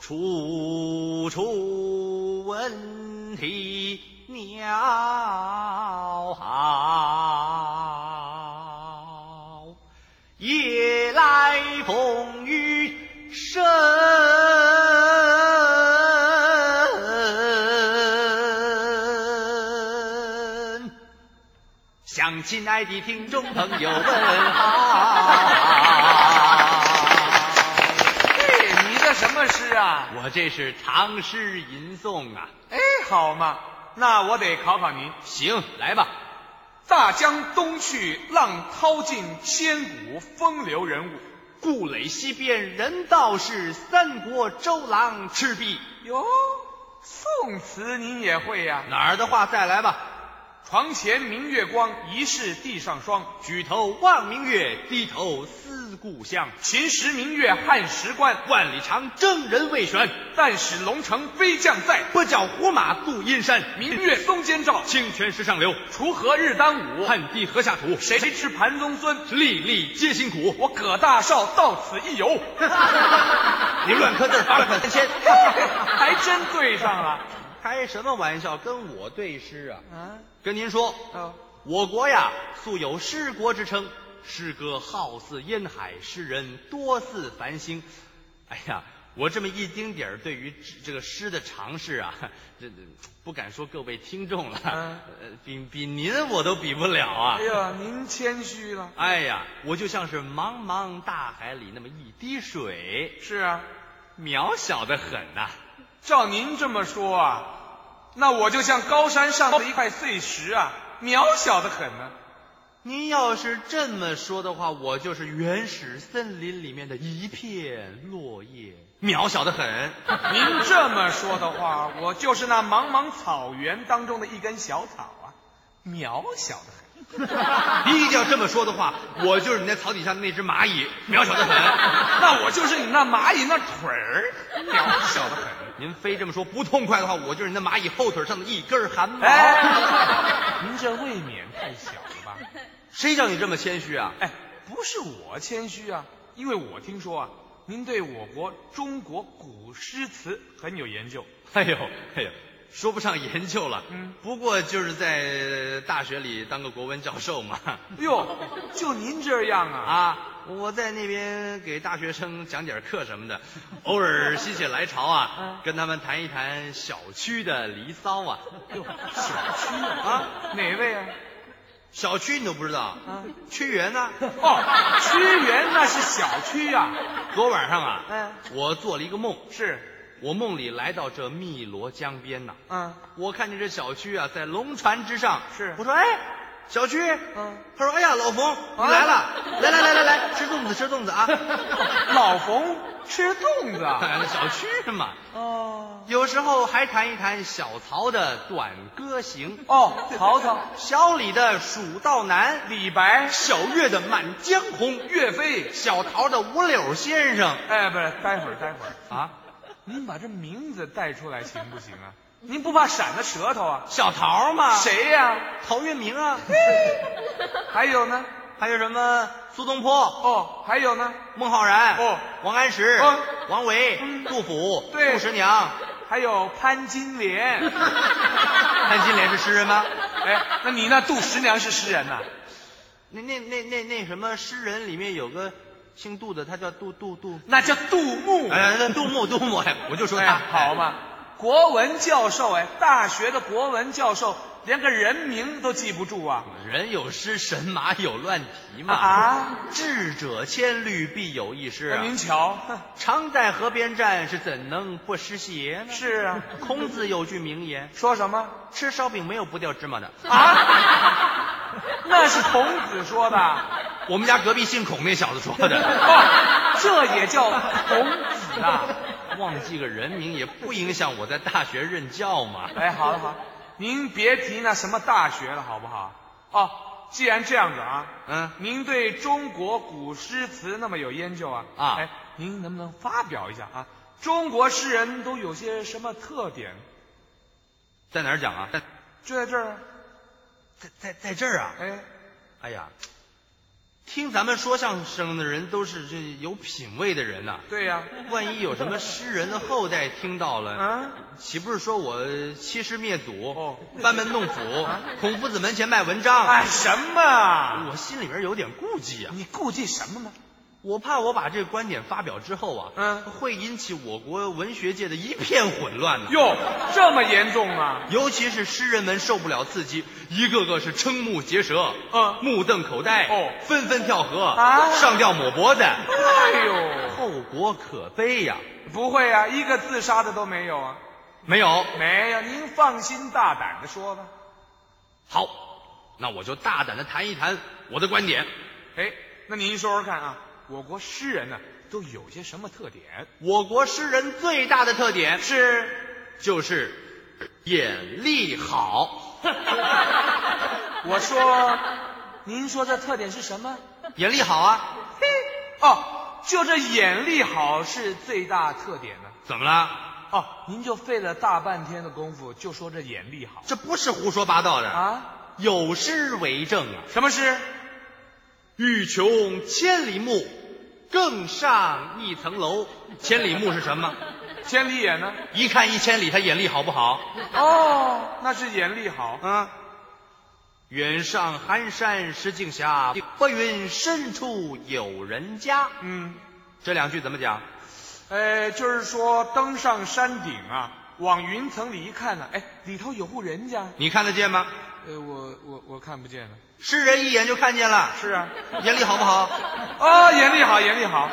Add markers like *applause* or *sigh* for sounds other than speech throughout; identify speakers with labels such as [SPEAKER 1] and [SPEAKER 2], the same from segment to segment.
[SPEAKER 1] 处处闻啼鸟号，夜来风雨声。向亲爱的听众朋友
[SPEAKER 2] 啊
[SPEAKER 1] 问好。
[SPEAKER 2] 哎，你这什么诗啊？
[SPEAKER 1] 我这是唐诗吟诵啊。
[SPEAKER 2] 哎，好嘛，那我得考考你。
[SPEAKER 1] 行，来吧。
[SPEAKER 2] 大江东去，浪淘尽，千古风流人物。
[SPEAKER 1] 故垒西边人道是，三国周郎赤壁。
[SPEAKER 2] 哟，宋词您也会呀、
[SPEAKER 1] 哪儿的话再来吧。
[SPEAKER 2] 床前明月光，疑是地上霜。
[SPEAKER 1] 举头望明月，低头思故乡。
[SPEAKER 2] 秦时明月汉时关，
[SPEAKER 1] 万里长征人未悬，
[SPEAKER 2] 但使龙城飞将在。
[SPEAKER 1] 不教胡马度阴山。
[SPEAKER 2] 明月松间照，
[SPEAKER 1] 清泉石上流，
[SPEAKER 2] 锄禾日当午。
[SPEAKER 1] 汗滴禾下土。
[SPEAKER 2] 谁吃盘中餐？
[SPEAKER 1] 粒粒皆辛苦。
[SPEAKER 2] 我葛大少到此一游。
[SPEAKER 1] 你们乱磕字儿罚款三千。
[SPEAKER 2] *laughs* 还真对上了。
[SPEAKER 1] 开什么玩笑？跟我对诗啊？
[SPEAKER 2] 啊，
[SPEAKER 1] 跟您说，
[SPEAKER 2] 哦
[SPEAKER 1] 我国呀素有诗国之称，诗歌好似烟海，诗人多似繁星。哎呀，我这么一丁点儿对于这这个诗的尝试啊， *laughs* 这这不敢说各位听众了，
[SPEAKER 2] 嗯
[SPEAKER 1] 呃比比您我都比不了啊
[SPEAKER 2] 哎。呀，您谦虚了。
[SPEAKER 1] 哎呀，我就像是茫茫大海里那么一滴水，
[SPEAKER 2] 是啊，
[SPEAKER 1] 渺小的很呐、
[SPEAKER 2] 照您这么说啊，那我就像高山上的一块碎石啊，渺小的很呢、
[SPEAKER 1] 您要是这么说的话，我就是原始森林里面的一片落 *laughs* 叶，渺小的很。
[SPEAKER 2] 您这么说的话，我就是那茫茫草原当中的一根小草啊，渺小的很。
[SPEAKER 1] 您一定要这么说的话，我就是你那草底下的那只蚂蚁，渺小的 *laughs* 很。
[SPEAKER 2] 那我就是你那蚂蚁那腿儿，
[SPEAKER 1] *laughs*
[SPEAKER 2] 渺小的很。
[SPEAKER 1] 您非这么说不痛快的话，我就是你那蚂蚁后腿上的一根汗毛。
[SPEAKER 2] 哎，您这未免太小了吧？
[SPEAKER 1] 谁叫你这么谦虚啊？
[SPEAKER 2] 哎，不是我谦虚啊，因为我听说啊，您对我国中国古诗词很有研究。
[SPEAKER 1] 哎呦，哎呦，说不上研究了，
[SPEAKER 2] 嗯
[SPEAKER 1] 不过就是在大学里当个国文教授嘛。
[SPEAKER 2] 哎呦，就您这样啊？
[SPEAKER 1] 啊，我在那边给大学生讲点课什么
[SPEAKER 2] *laughs*
[SPEAKER 1] 的，偶尔心血来潮
[SPEAKER 2] 嗯
[SPEAKER 1] 啊，跟他们谈一谈小区的离骚
[SPEAKER 2] *laughs*
[SPEAKER 1] 啊。
[SPEAKER 2] 哟，小区啊？哪位啊？
[SPEAKER 1] 小区你都不知道
[SPEAKER 2] 啊，
[SPEAKER 1] 屈原呢？
[SPEAKER 2] 哦，屈原那是小区啊。
[SPEAKER 1] 昨晚上啊，
[SPEAKER 2] *laughs* 嗯
[SPEAKER 1] 我做了一个梦，
[SPEAKER 2] 是，
[SPEAKER 1] 我梦里来到这汨罗江边呐、
[SPEAKER 2] 嗯，
[SPEAKER 1] 我看见这小区啊在龙船之上，
[SPEAKER 2] 是
[SPEAKER 1] 我说哎，小区，
[SPEAKER 2] 嗯，哦
[SPEAKER 1] 他说哎呀老冯你来了，来来来来来吃粽子吃粽子
[SPEAKER 2] *laughs*
[SPEAKER 1] 啊， *laughs*
[SPEAKER 2] 老冯吃粽子啊？
[SPEAKER 1] 哎小区嘛。
[SPEAKER 2] 哦，
[SPEAKER 1] 有时候还谈一谈小曹的《短歌行》，
[SPEAKER 2] 哦，曹操、
[SPEAKER 1] 小李的《蜀道难》，
[SPEAKER 2] 李白、
[SPEAKER 1] 小岳的《满江红》，
[SPEAKER 2] 岳飞，
[SPEAKER 1] 小陶的《五柳先生
[SPEAKER 2] 哎，不是，待会儿，待会儿，》
[SPEAKER 1] 啊，
[SPEAKER 2] 您把这名字带出来行不行啊？您不怕闪了舌头啊？
[SPEAKER 1] 小陶嘛，
[SPEAKER 2] 谁呀、
[SPEAKER 1] 陶渊明啊，
[SPEAKER 2] 还有呢？
[SPEAKER 1] 还有什么苏东 *laughs* 坡、
[SPEAKER 2] 哦，还有呢？
[SPEAKER 1] 孟浩然、
[SPEAKER 2] 哦
[SPEAKER 1] 王安石、
[SPEAKER 2] 哦
[SPEAKER 1] 王维、
[SPEAKER 2] 嗯
[SPEAKER 1] 杜甫、
[SPEAKER 2] 对
[SPEAKER 1] 杜十 *laughs* 娘。
[SPEAKER 2] 还有潘金莲。
[SPEAKER 1] *laughs* 潘金莲是诗人吗？
[SPEAKER 2] 哎，那你那杜十娘是诗人呐、
[SPEAKER 1] 那那那那那什么诗人里面有个姓杜的，他叫杜杜杜。
[SPEAKER 2] 那叫杜牧。
[SPEAKER 1] 哎，那杜牧，杜牧，哎我就说他
[SPEAKER 2] 哎好嘛，国文教授哎，大学的国文教授连个人名都记不住啊。
[SPEAKER 1] 人有失神马有乱蹄嘛
[SPEAKER 2] 啊！哎
[SPEAKER 1] 智者千虑必有一失啊！
[SPEAKER 2] 您瞧， *laughs*
[SPEAKER 1] 常在河边站，是怎能不湿鞋呢？
[SPEAKER 2] 是啊，
[SPEAKER 1] 孔子有句名言：
[SPEAKER 2] 说
[SPEAKER 1] *laughs*
[SPEAKER 2] 什么
[SPEAKER 1] 吃烧饼没有不掉芝麻的。
[SPEAKER 2] 啊？那是孔子说的，
[SPEAKER 1] 我们家隔壁姓孔那小子说
[SPEAKER 2] *laughs*
[SPEAKER 1] 的，
[SPEAKER 2] 哦，这也叫孔子啊。
[SPEAKER 1] 忘记个人名也不影响我在大学任教嘛。
[SPEAKER 2] 哎，好了好了，您别提那什么大学了，好不好？哦，既然这样子啊，
[SPEAKER 1] 嗯
[SPEAKER 2] 您对中国古诗词那么有研究啊？
[SPEAKER 1] 啊
[SPEAKER 2] 哎，您能不能发表一下啊？中国诗人都有些什么特点？
[SPEAKER 1] 在哪儿讲啊？在
[SPEAKER 2] 就在这儿啊，
[SPEAKER 1] 在在在这儿啊！
[SPEAKER 2] 哎，
[SPEAKER 1] 哎呀，听咱们说相声的人都是这有品位的人呐、
[SPEAKER 2] 对呀、
[SPEAKER 1] 万一有什么诗人的后代听到了，
[SPEAKER 2] 啊，
[SPEAKER 1] 岂不是说我欺师灭祖、
[SPEAKER 2] 哦
[SPEAKER 1] 班门
[SPEAKER 2] *laughs*
[SPEAKER 1] 弄斧、孔夫子门前卖文章？
[SPEAKER 2] 哎，什么啊？
[SPEAKER 1] 我心里边有点顾忌啊，
[SPEAKER 2] 你顾忌什么呢？
[SPEAKER 1] 我怕我把这个观点发表之后啊，
[SPEAKER 2] 嗯
[SPEAKER 1] 会引起我国文学界的一片混乱呢、
[SPEAKER 2] 哟，这么严重啊？
[SPEAKER 1] 尤其是诗人们受不了刺激，一个个是瞠目结舌，
[SPEAKER 2] 嗯
[SPEAKER 1] 目瞪口呆，
[SPEAKER 2] 哦
[SPEAKER 1] 纷纷跳河，
[SPEAKER 2] 啊
[SPEAKER 1] 上吊抹脖子，
[SPEAKER 2] 哎呦，
[SPEAKER 1] 后果可悲呀、
[SPEAKER 2] 不会啊，一个自杀的都没有啊？
[SPEAKER 1] 没有，
[SPEAKER 2] 没有，您放心大胆的说吧。
[SPEAKER 1] 好，那我就大胆的谈一谈我的观点。
[SPEAKER 2] 哎，那您说说看啊，我国诗人呢、都有些什么特点？
[SPEAKER 1] 我国诗人最大的特点是，就是眼力好，
[SPEAKER 2] 我说，您说这特点是什么？
[SPEAKER 1] 眼力好啊？
[SPEAKER 2] 嘿，哦，就这眼力好是最大特点呢、
[SPEAKER 1] 怎么了？
[SPEAKER 2] 哦，您就费了大半天的功夫，就说这眼力好
[SPEAKER 1] 这不是胡说八道的，
[SPEAKER 2] 啊？
[SPEAKER 1] 有诗为证啊！
[SPEAKER 2] 什么诗？
[SPEAKER 1] 欲穷千里目，更上一层楼。千里目是什么？
[SPEAKER 2] 千里眼呢？
[SPEAKER 1] 一看一千里，他眼力好不好？
[SPEAKER 2] 哦，那是眼力好。
[SPEAKER 1] 啊！远上寒山石径斜，白云深处有人家。
[SPEAKER 2] 嗯，
[SPEAKER 1] 这两句怎么讲？
[SPEAKER 2] 呃，就是说登上山顶啊，往云层里一看呢、哎，里头有户人家。
[SPEAKER 1] 你看得见吗？
[SPEAKER 2] 呃，我我我看不见了。
[SPEAKER 1] 诗人一眼就看见了，
[SPEAKER 2] 是啊。
[SPEAKER 1] 眼力好不好？
[SPEAKER 2] 哦，眼力好，眼力好。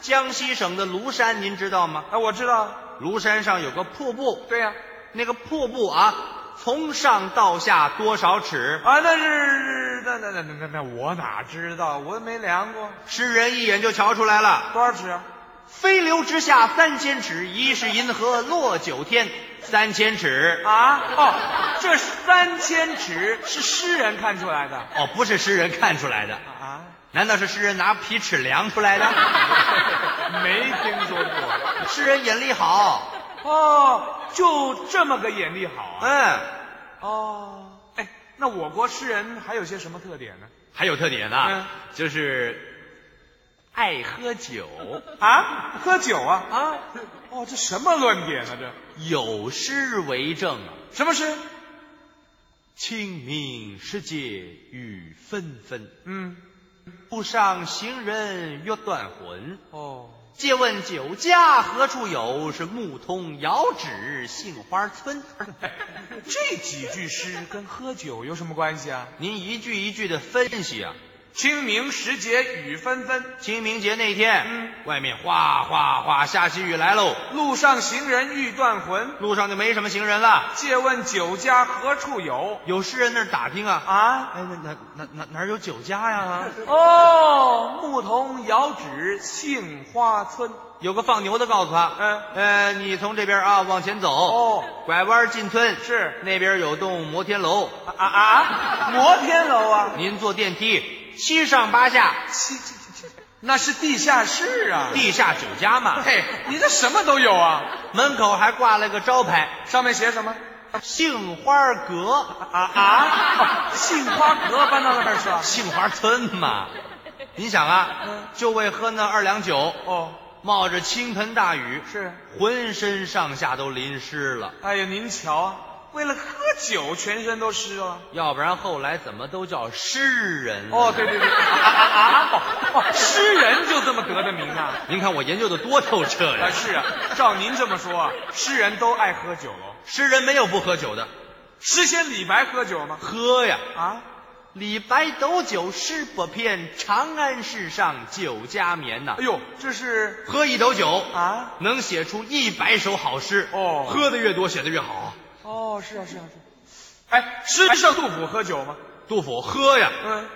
[SPEAKER 1] 江西省的庐山，您知道吗？
[SPEAKER 2] 啊，我知道。
[SPEAKER 1] 庐山上有个瀑布，
[SPEAKER 2] 对呀、
[SPEAKER 1] 那个瀑布啊，从上到下多少尺？
[SPEAKER 2] 啊，那是那那那那那那我哪知道？我没量过
[SPEAKER 1] 诗人一眼就瞧出来了。
[SPEAKER 2] 多少尺啊？
[SPEAKER 1] 飞流直下三千尺，疑是银河落九天。三千尺
[SPEAKER 2] 啊，哦，这三千尺是诗人看出来的
[SPEAKER 1] 哦，不是诗人看出来的，
[SPEAKER 2] 啊？ *laughs*
[SPEAKER 1] 难道是诗人拿皮尺量出来的？
[SPEAKER 2] 没听说过。
[SPEAKER 1] 诗人眼力好，
[SPEAKER 2] 哦，就这么个眼力好啊？
[SPEAKER 1] 嗯，
[SPEAKER 2] 哦，哎，那我国诗人还有些什么特点呢？
[SPEAKER 1] 还有特点呢、
[SPEAKER 2] 嗯
[SPEAKER 1] 就是爱喝酒，
[SPEAKER 2] 啊，喝酒啊啊！哦，这什么论点啊？这
[SPEAKER 1] 有诗为证啊。
[SPEAKER 2] 什么诗？
[SPEAKER 1] 清明时节雨纷纷，
[SPEAKER 2] 嗯，
[SPEAKER 1] 路上行人欲断魂。
[SPEAKER 2] 哦，
[SPEAKER 1] 借问酒家何处有？是牧童遥指杏花村。 *laughs*
[SPEAKER 2] 这几句诗跟喝酒有什么关系啊？
[SPEAKER 1] 您一句一句的分析啊。
[SPEAKER 2] 清明时节雨纷纷，
[SPEAKER 1] 清明节那天，
[SPEAKER 2] 嗯
[SPEAKER 1] 外面哗哗哗下起雨来喽，
[SPEAKER 2] 路上行人欲断魂。
[SPEAKER 1] 路上就没什么行人了。
[SPEAKER 2] 借问酒家何处有？
[SPEAKER 1] 有诗人那儿打听啊，
[SPEAKER 2] 啊？
[SPEAKER 1] 哎，那哪哪哪哪儿有酒家呀？
[SPEAKER 2] 哦，牧童遥指杏花村。
[SPEAKER 1] 有个放牛的告诉他，
[SPEAKER 2] 嗯
[SPEAKER 1] 呃，你从这边啊往前走，
[SPEAKER 2] 哦，
[SPEAKER 1] 拐弯进村，
[SPEAKER 2] 是
[SPEAKER 1] 那边有栋摩天楼，
[SPEAKER 2] 啊啊啊！摩天楼啊？
[SPEAKER 1] 您坐电梯，七上八下，
[SPEAKER 2] 这这这那是地下室啊！
[SPEAKER 1] 地下酒家嘛。
[SPEAKER 2] 嘿，你这什么都有啊？
[SPEAKER 1] 门口还挂了个招牌
[SPEAKER 2] 上面写什么？
[SPEAKER 1] “杏花阁
[SPEAKER 2] 啊啊！杏花阁搬到那儿去”，了？
[SPEAKER 1] 杏花村嘛。您想啊
[SPEAKER 2] 嗯，
[SPEAKER 1] 就为喝那二两酒，
[SPEAKER 2] 哦，
[SPEAKER 1] 冒着倾盆大雨，
[SPEAKER 2] 是。
[SPEAKER 1] 浑身上下都淋湿了。
[SPEAKER 2] 哎呀，您瞧啊，为了喝酒，全身都湿了。
[SPEAKER 1] 要不然后来怎么都叫诗人了
[SPEAKER 2] 哦，对对对，啊啊啊！哦哦，诗人就这么得的名啊？
[SPEAKER 1] 您看我研究的多透彻呀、
[SPEAKER 2] 啊，是啊，照您这么说啊，诗人都爱喝酒喽。
[SPEAKER 1] 诗人没有不喝酒的，
[SPEAKER 2] 诗仙李白喝酒吗？
[SPEAKER 1] 喝呀！
[SPEAKER 2] 啊，
[SPEAKER 1] 李白斗酒诗不偏，长安市上酒家眠呐、
[SPEAKER 2] 哎呦，这是
[SPEAKER 1] 喝一斗酒，
[SPEAKER 2] 啊，
[SPEAKER 1] 能写出一百首好诗。
[SPEAKER 2] 哦
[SPEAKER 1] 喝的越多，写的越好。
[SPEAKER 2] 哦，是啊是啊是啊。哎，诗人杜甫喝酒吗？
[SPEAKER 1] 杜甫喝呀，
[SPEAKER 2] 嗯，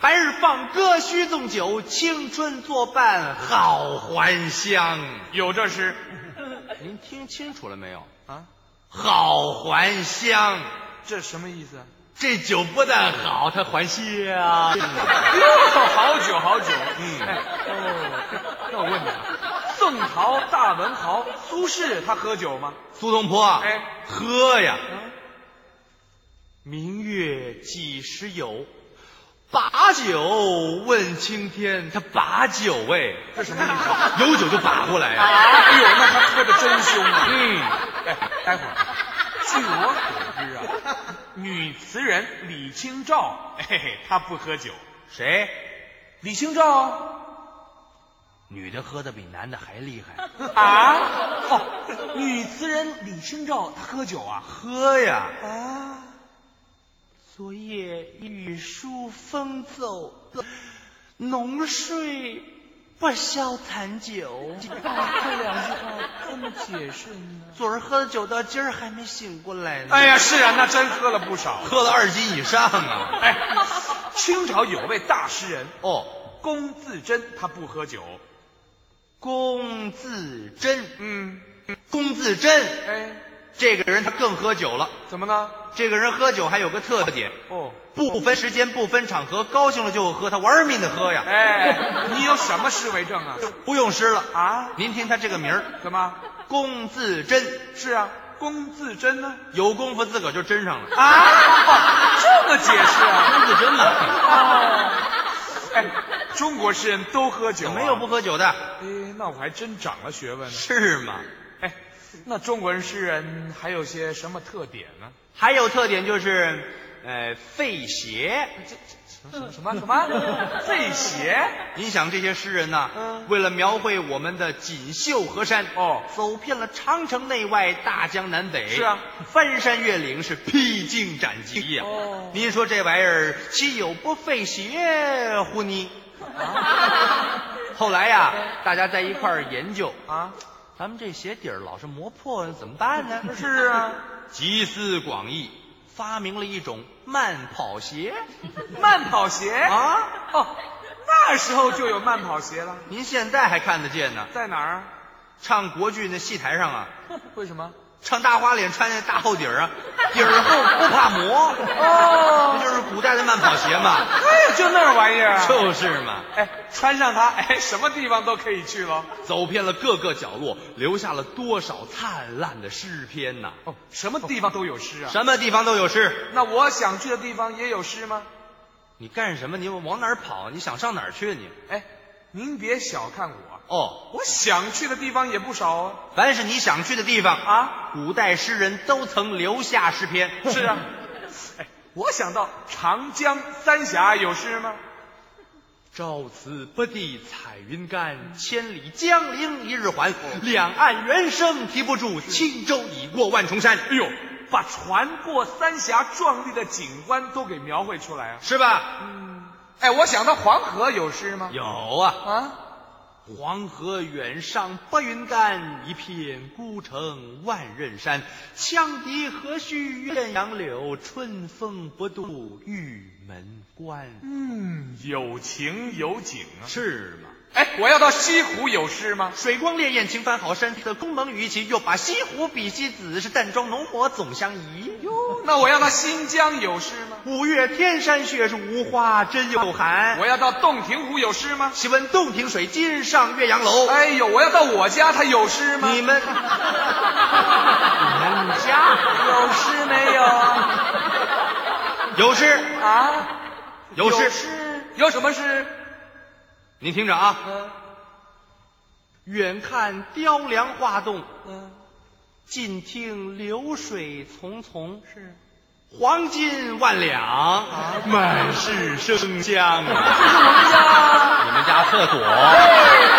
[SPEAKER 1] 白日放歌须纵酒，青春作伴好还乡。
[SPEAKER 2] 有这诗
[SPEAKER 1] *laughs* 您听清楚了没有？
[SPEAKER 2] 啊？
[SPEAKER 1] 好还乡，
[SPEAKER 2] 这什么意思啊？
[SPEAKER 1] 这酒不但好，它还香。
[SPEAKER 2] 哎哟，好酒好酒。
[SPEAKER 1] 嗯
[SPEAKER 2] 哎，哦，那我问你啊，宋朝大文豪苏轼他喝酒吗？
[SPEAKER 1] 苏东坡啊，
[SPEAKER 2] 哎
[SPEAKER 1] 喝呀！
[SPEAKER 2] 啊，
[SPEAKER 1] 明月几时有？把酒问青天，他把酒哎，
[SPEAKER 2] 这什么意思？
[SPEAKER 1] 有酒就把过来啊呀、
[SPEAKER 2] 哎呦，那他喝的真凶啊！
[SPEAKER 1] 嗯，
[SPEAKER 2] 哎，待会儿，据我所知啊，女词人李清
[SPEAKER 1] 嗯
[SPEAKER 2] 照，嘿嘿，她不喝酒。
[SPEAKER 1] 谁？
[SPEAKER 2] 李清照啊
[SPEAKER 1] 女的喝的比男的还厉害，
[SPEAKER 2] 啊，哦，女词人李清照她喝酒啊
[SPEAKER 1] 喝呀！
[SPEAKER 2] 啊，
[SPEAKER 1] 昨夜雨疏风骤，浓睡不消残酒。
[SPEAKER 2] 这两句话怎么解释呢？
[SPEAKER 1] 昨儿喝的酒到今儿还没醒过来呢。
[SPEAKER 2] 哎，呀，是啊，那真喝了不少。
[SPEAKER 1] 喝了二斤以上啊！
[SPEAKER 2] 哎，清朝有位大诗人
[SPEAKER 1] 哦，
[SPEAKER 2] 龚自珍，他不喝酒。
[SPEAKER 1] 龚自珍，
[SPEAKER 2] 嗯，
[SPEAKER 1] 龚自珍
[SPEAKER 2] 哎，
[SPEAKER 1] 这个人他更喝酒了。
[SPEAKER 2] 怎么呢？
[SPEAKER 1] 这个人喝酒还有个特点，
[SPEAKER 2] 哦，
[SPEAKER 1] 不分时间、不分场合，高兴了就喝，他玩命的喝呀。
[SPEAKER 2] 哎，你有什么诗为证啊？
[SPEAKER 1] 不用诗了
[SPEAKER 2] 啊
[SPEAKER 1] 您听他这个名儿，
[SPEAKER 2] 怎么？
[SPEAKER 1] 龚自珍，
[SPEAKER 2] 是啊，龚自珍呢？
[SPEAKER 1] 有功夫自个儿就真上了。
[SPEAKER 2] 啊，这么解释啊？
[SPEAKER 1] 龚自珍嘛，
[SPEAKER 2] 哎，中国诗人都喝酒、啊
[SPEAKER 1] 没有不？喝酒的，
[SPEAKER 2] 哎，那我还真长了学问呢。
[SPEAKER 1] 是吗？
[SPEAKER 2] 哎，那中国人诗人还有些什么特点呢？
[SPEAKER 1] 还有特点就是，呃，费鞋。
[SPEAKER 2] 什么什么什么？费鞋？
[SPEAKER 1] 您想这些诗人呐，
[SPEAKER 2] 嗯
[SPEAKER 1] 为了描绘我们的锦绣河山，
[SPEAKER 2] 哦
[SPEAKER 1] 走遍了长城内外、大江南北，
[SPEAKER 2] 是啊，
[SPEAKER 1] 翻山越岭是披荆斩棘呀、
[SPEAKER 2] 哦
[SPEAKER 1] 您说这玩意儿岂有不费鞋乎呢？后来呀，大家在一块儿研究，
[SPEAKER 2] 啊？
[SPEAKER 1] 咱们这鞋底儿老是磨破，怎么办呢？
[SPEAKER 2] 是啊，
[SPEAKER 1] 集思广益，发明了一种慢跑鞋。
[SPEAKER 2] 慢跑鞋
[SPEAKER 1] 啊？
[SPEAKER 2] 哦，那时候就有慢跑鞋了，
[SPEAKER 1] 您现在还看得见呢？
[SPEAKER 2] 在哪儿啊？
[SPEAKER 1] 唱国剧那戏台上啊，
[SPEAKER 2] 为什么？
[SPEAKER 1] 唱大花脸穿那大厚底儿啊，底儿厚不怕磨，
[SPEAKER 2] 哦
[SPEAKER 1] 那就是古代的慢跑鞋嘛，
[SPEAKER 2] 哎，就那玩意儿啊。
[SPEAKER 1] 就是嘛，
[SPEAKER 2] 哎，穿上它，哎，什么地方都可以去喽。
[SPEAKER 1] 走遍了各个角落，留下了多少灿烂的诗篇呐、
[SPEAKER 2] 哦，什么地方都有诗啊。
[SPEAKER 1] 什么地方都有诗，
[SPEAKER 2] 那我想去的地方也有诗吗？
[SPEAKER 1] 你干什么？你往哪儿跑？你想上哪儿去你？
[SPEAKER 2] 哎，您别小看我，
[SPEAKER 1] 哦，
[SPEAKER 2] 我想去的地方也不少啊。
[SPEAKER 1] 凡是你想去的地方，
[SPEAKER 2] 啊，
[SPEAKER 1] 古代诗人都曾留下诗篇。
[SPEAKER 2] 是啊，哎，我想到长江三峡有诗吗？
[SPEAKER 1] 朝辞不第彩云干，千里江陵一日还。
[SPEAKER 2] 哦
[SPEAKER 1] 两岸猿声啼不住，轻舟已过万重山。哎呦，
[SPEAKER 2] 把船过三峡壮丽的景观都给描绘出来啊。
[SPEAKER 1] 是吧？
[SPEAKER 2] 哎，我想到黄河有诗吗？
[SPEAKER 1] 有啊，
[SPEAKER 2] 啊，
[SPEAKER 1] 黄河远上白云干，一片孤城万仞山。羌笛何须怨杨柳，春风不度玉门关。
[SPEAKER 2] 嗯，有情有景啊。
[SPEAKER 1] 是吗？
[SPEAKER 2] 哎，我要到西湖有诗吗？
[SPEAKER 1] 水光潋滟晴帆好山色，空蒙雨起又把西湖比西子，是淡妆浓抹总相宜。哟，
[SPEAKER 2] 那我要到新疆有诗吗？
[SPEAKER 1] 五月天山雪，是无花真又寒。
[SPEAKER 2] 我要到洞庭湖有诗吗？
[SPEAKER 1] 岂闻洞庭水，今上岳阳楼。
[SPEAKER 2] 哎呦，我要到我家，它有诗吗？
[SPEAKER 1] 你们， *laughs* 你们家
[SPEAKER 2] 有诗没有啊？
[SPEAKER 1] 有诗，
[SPEAKER 2] 啊，
[SPEAKER 1] 有诗，
[SPEAKER 2] 诗，有什么诗？
[SPEAKER 1] 您听着啊。
[SPEAKER 2] 嗯
[SPEAKER 1] 远看雕梁画栋，
[SPEAKER 2] 嗯，
[SPEAKER 1] 近听流水淙淙，
[SPEAKER 2] 是。
[SPEAKER 1] 黄金万两，满是生香啊！
[SPEAKER 2] 我们家
[SPEAKER 1] 你们家厕所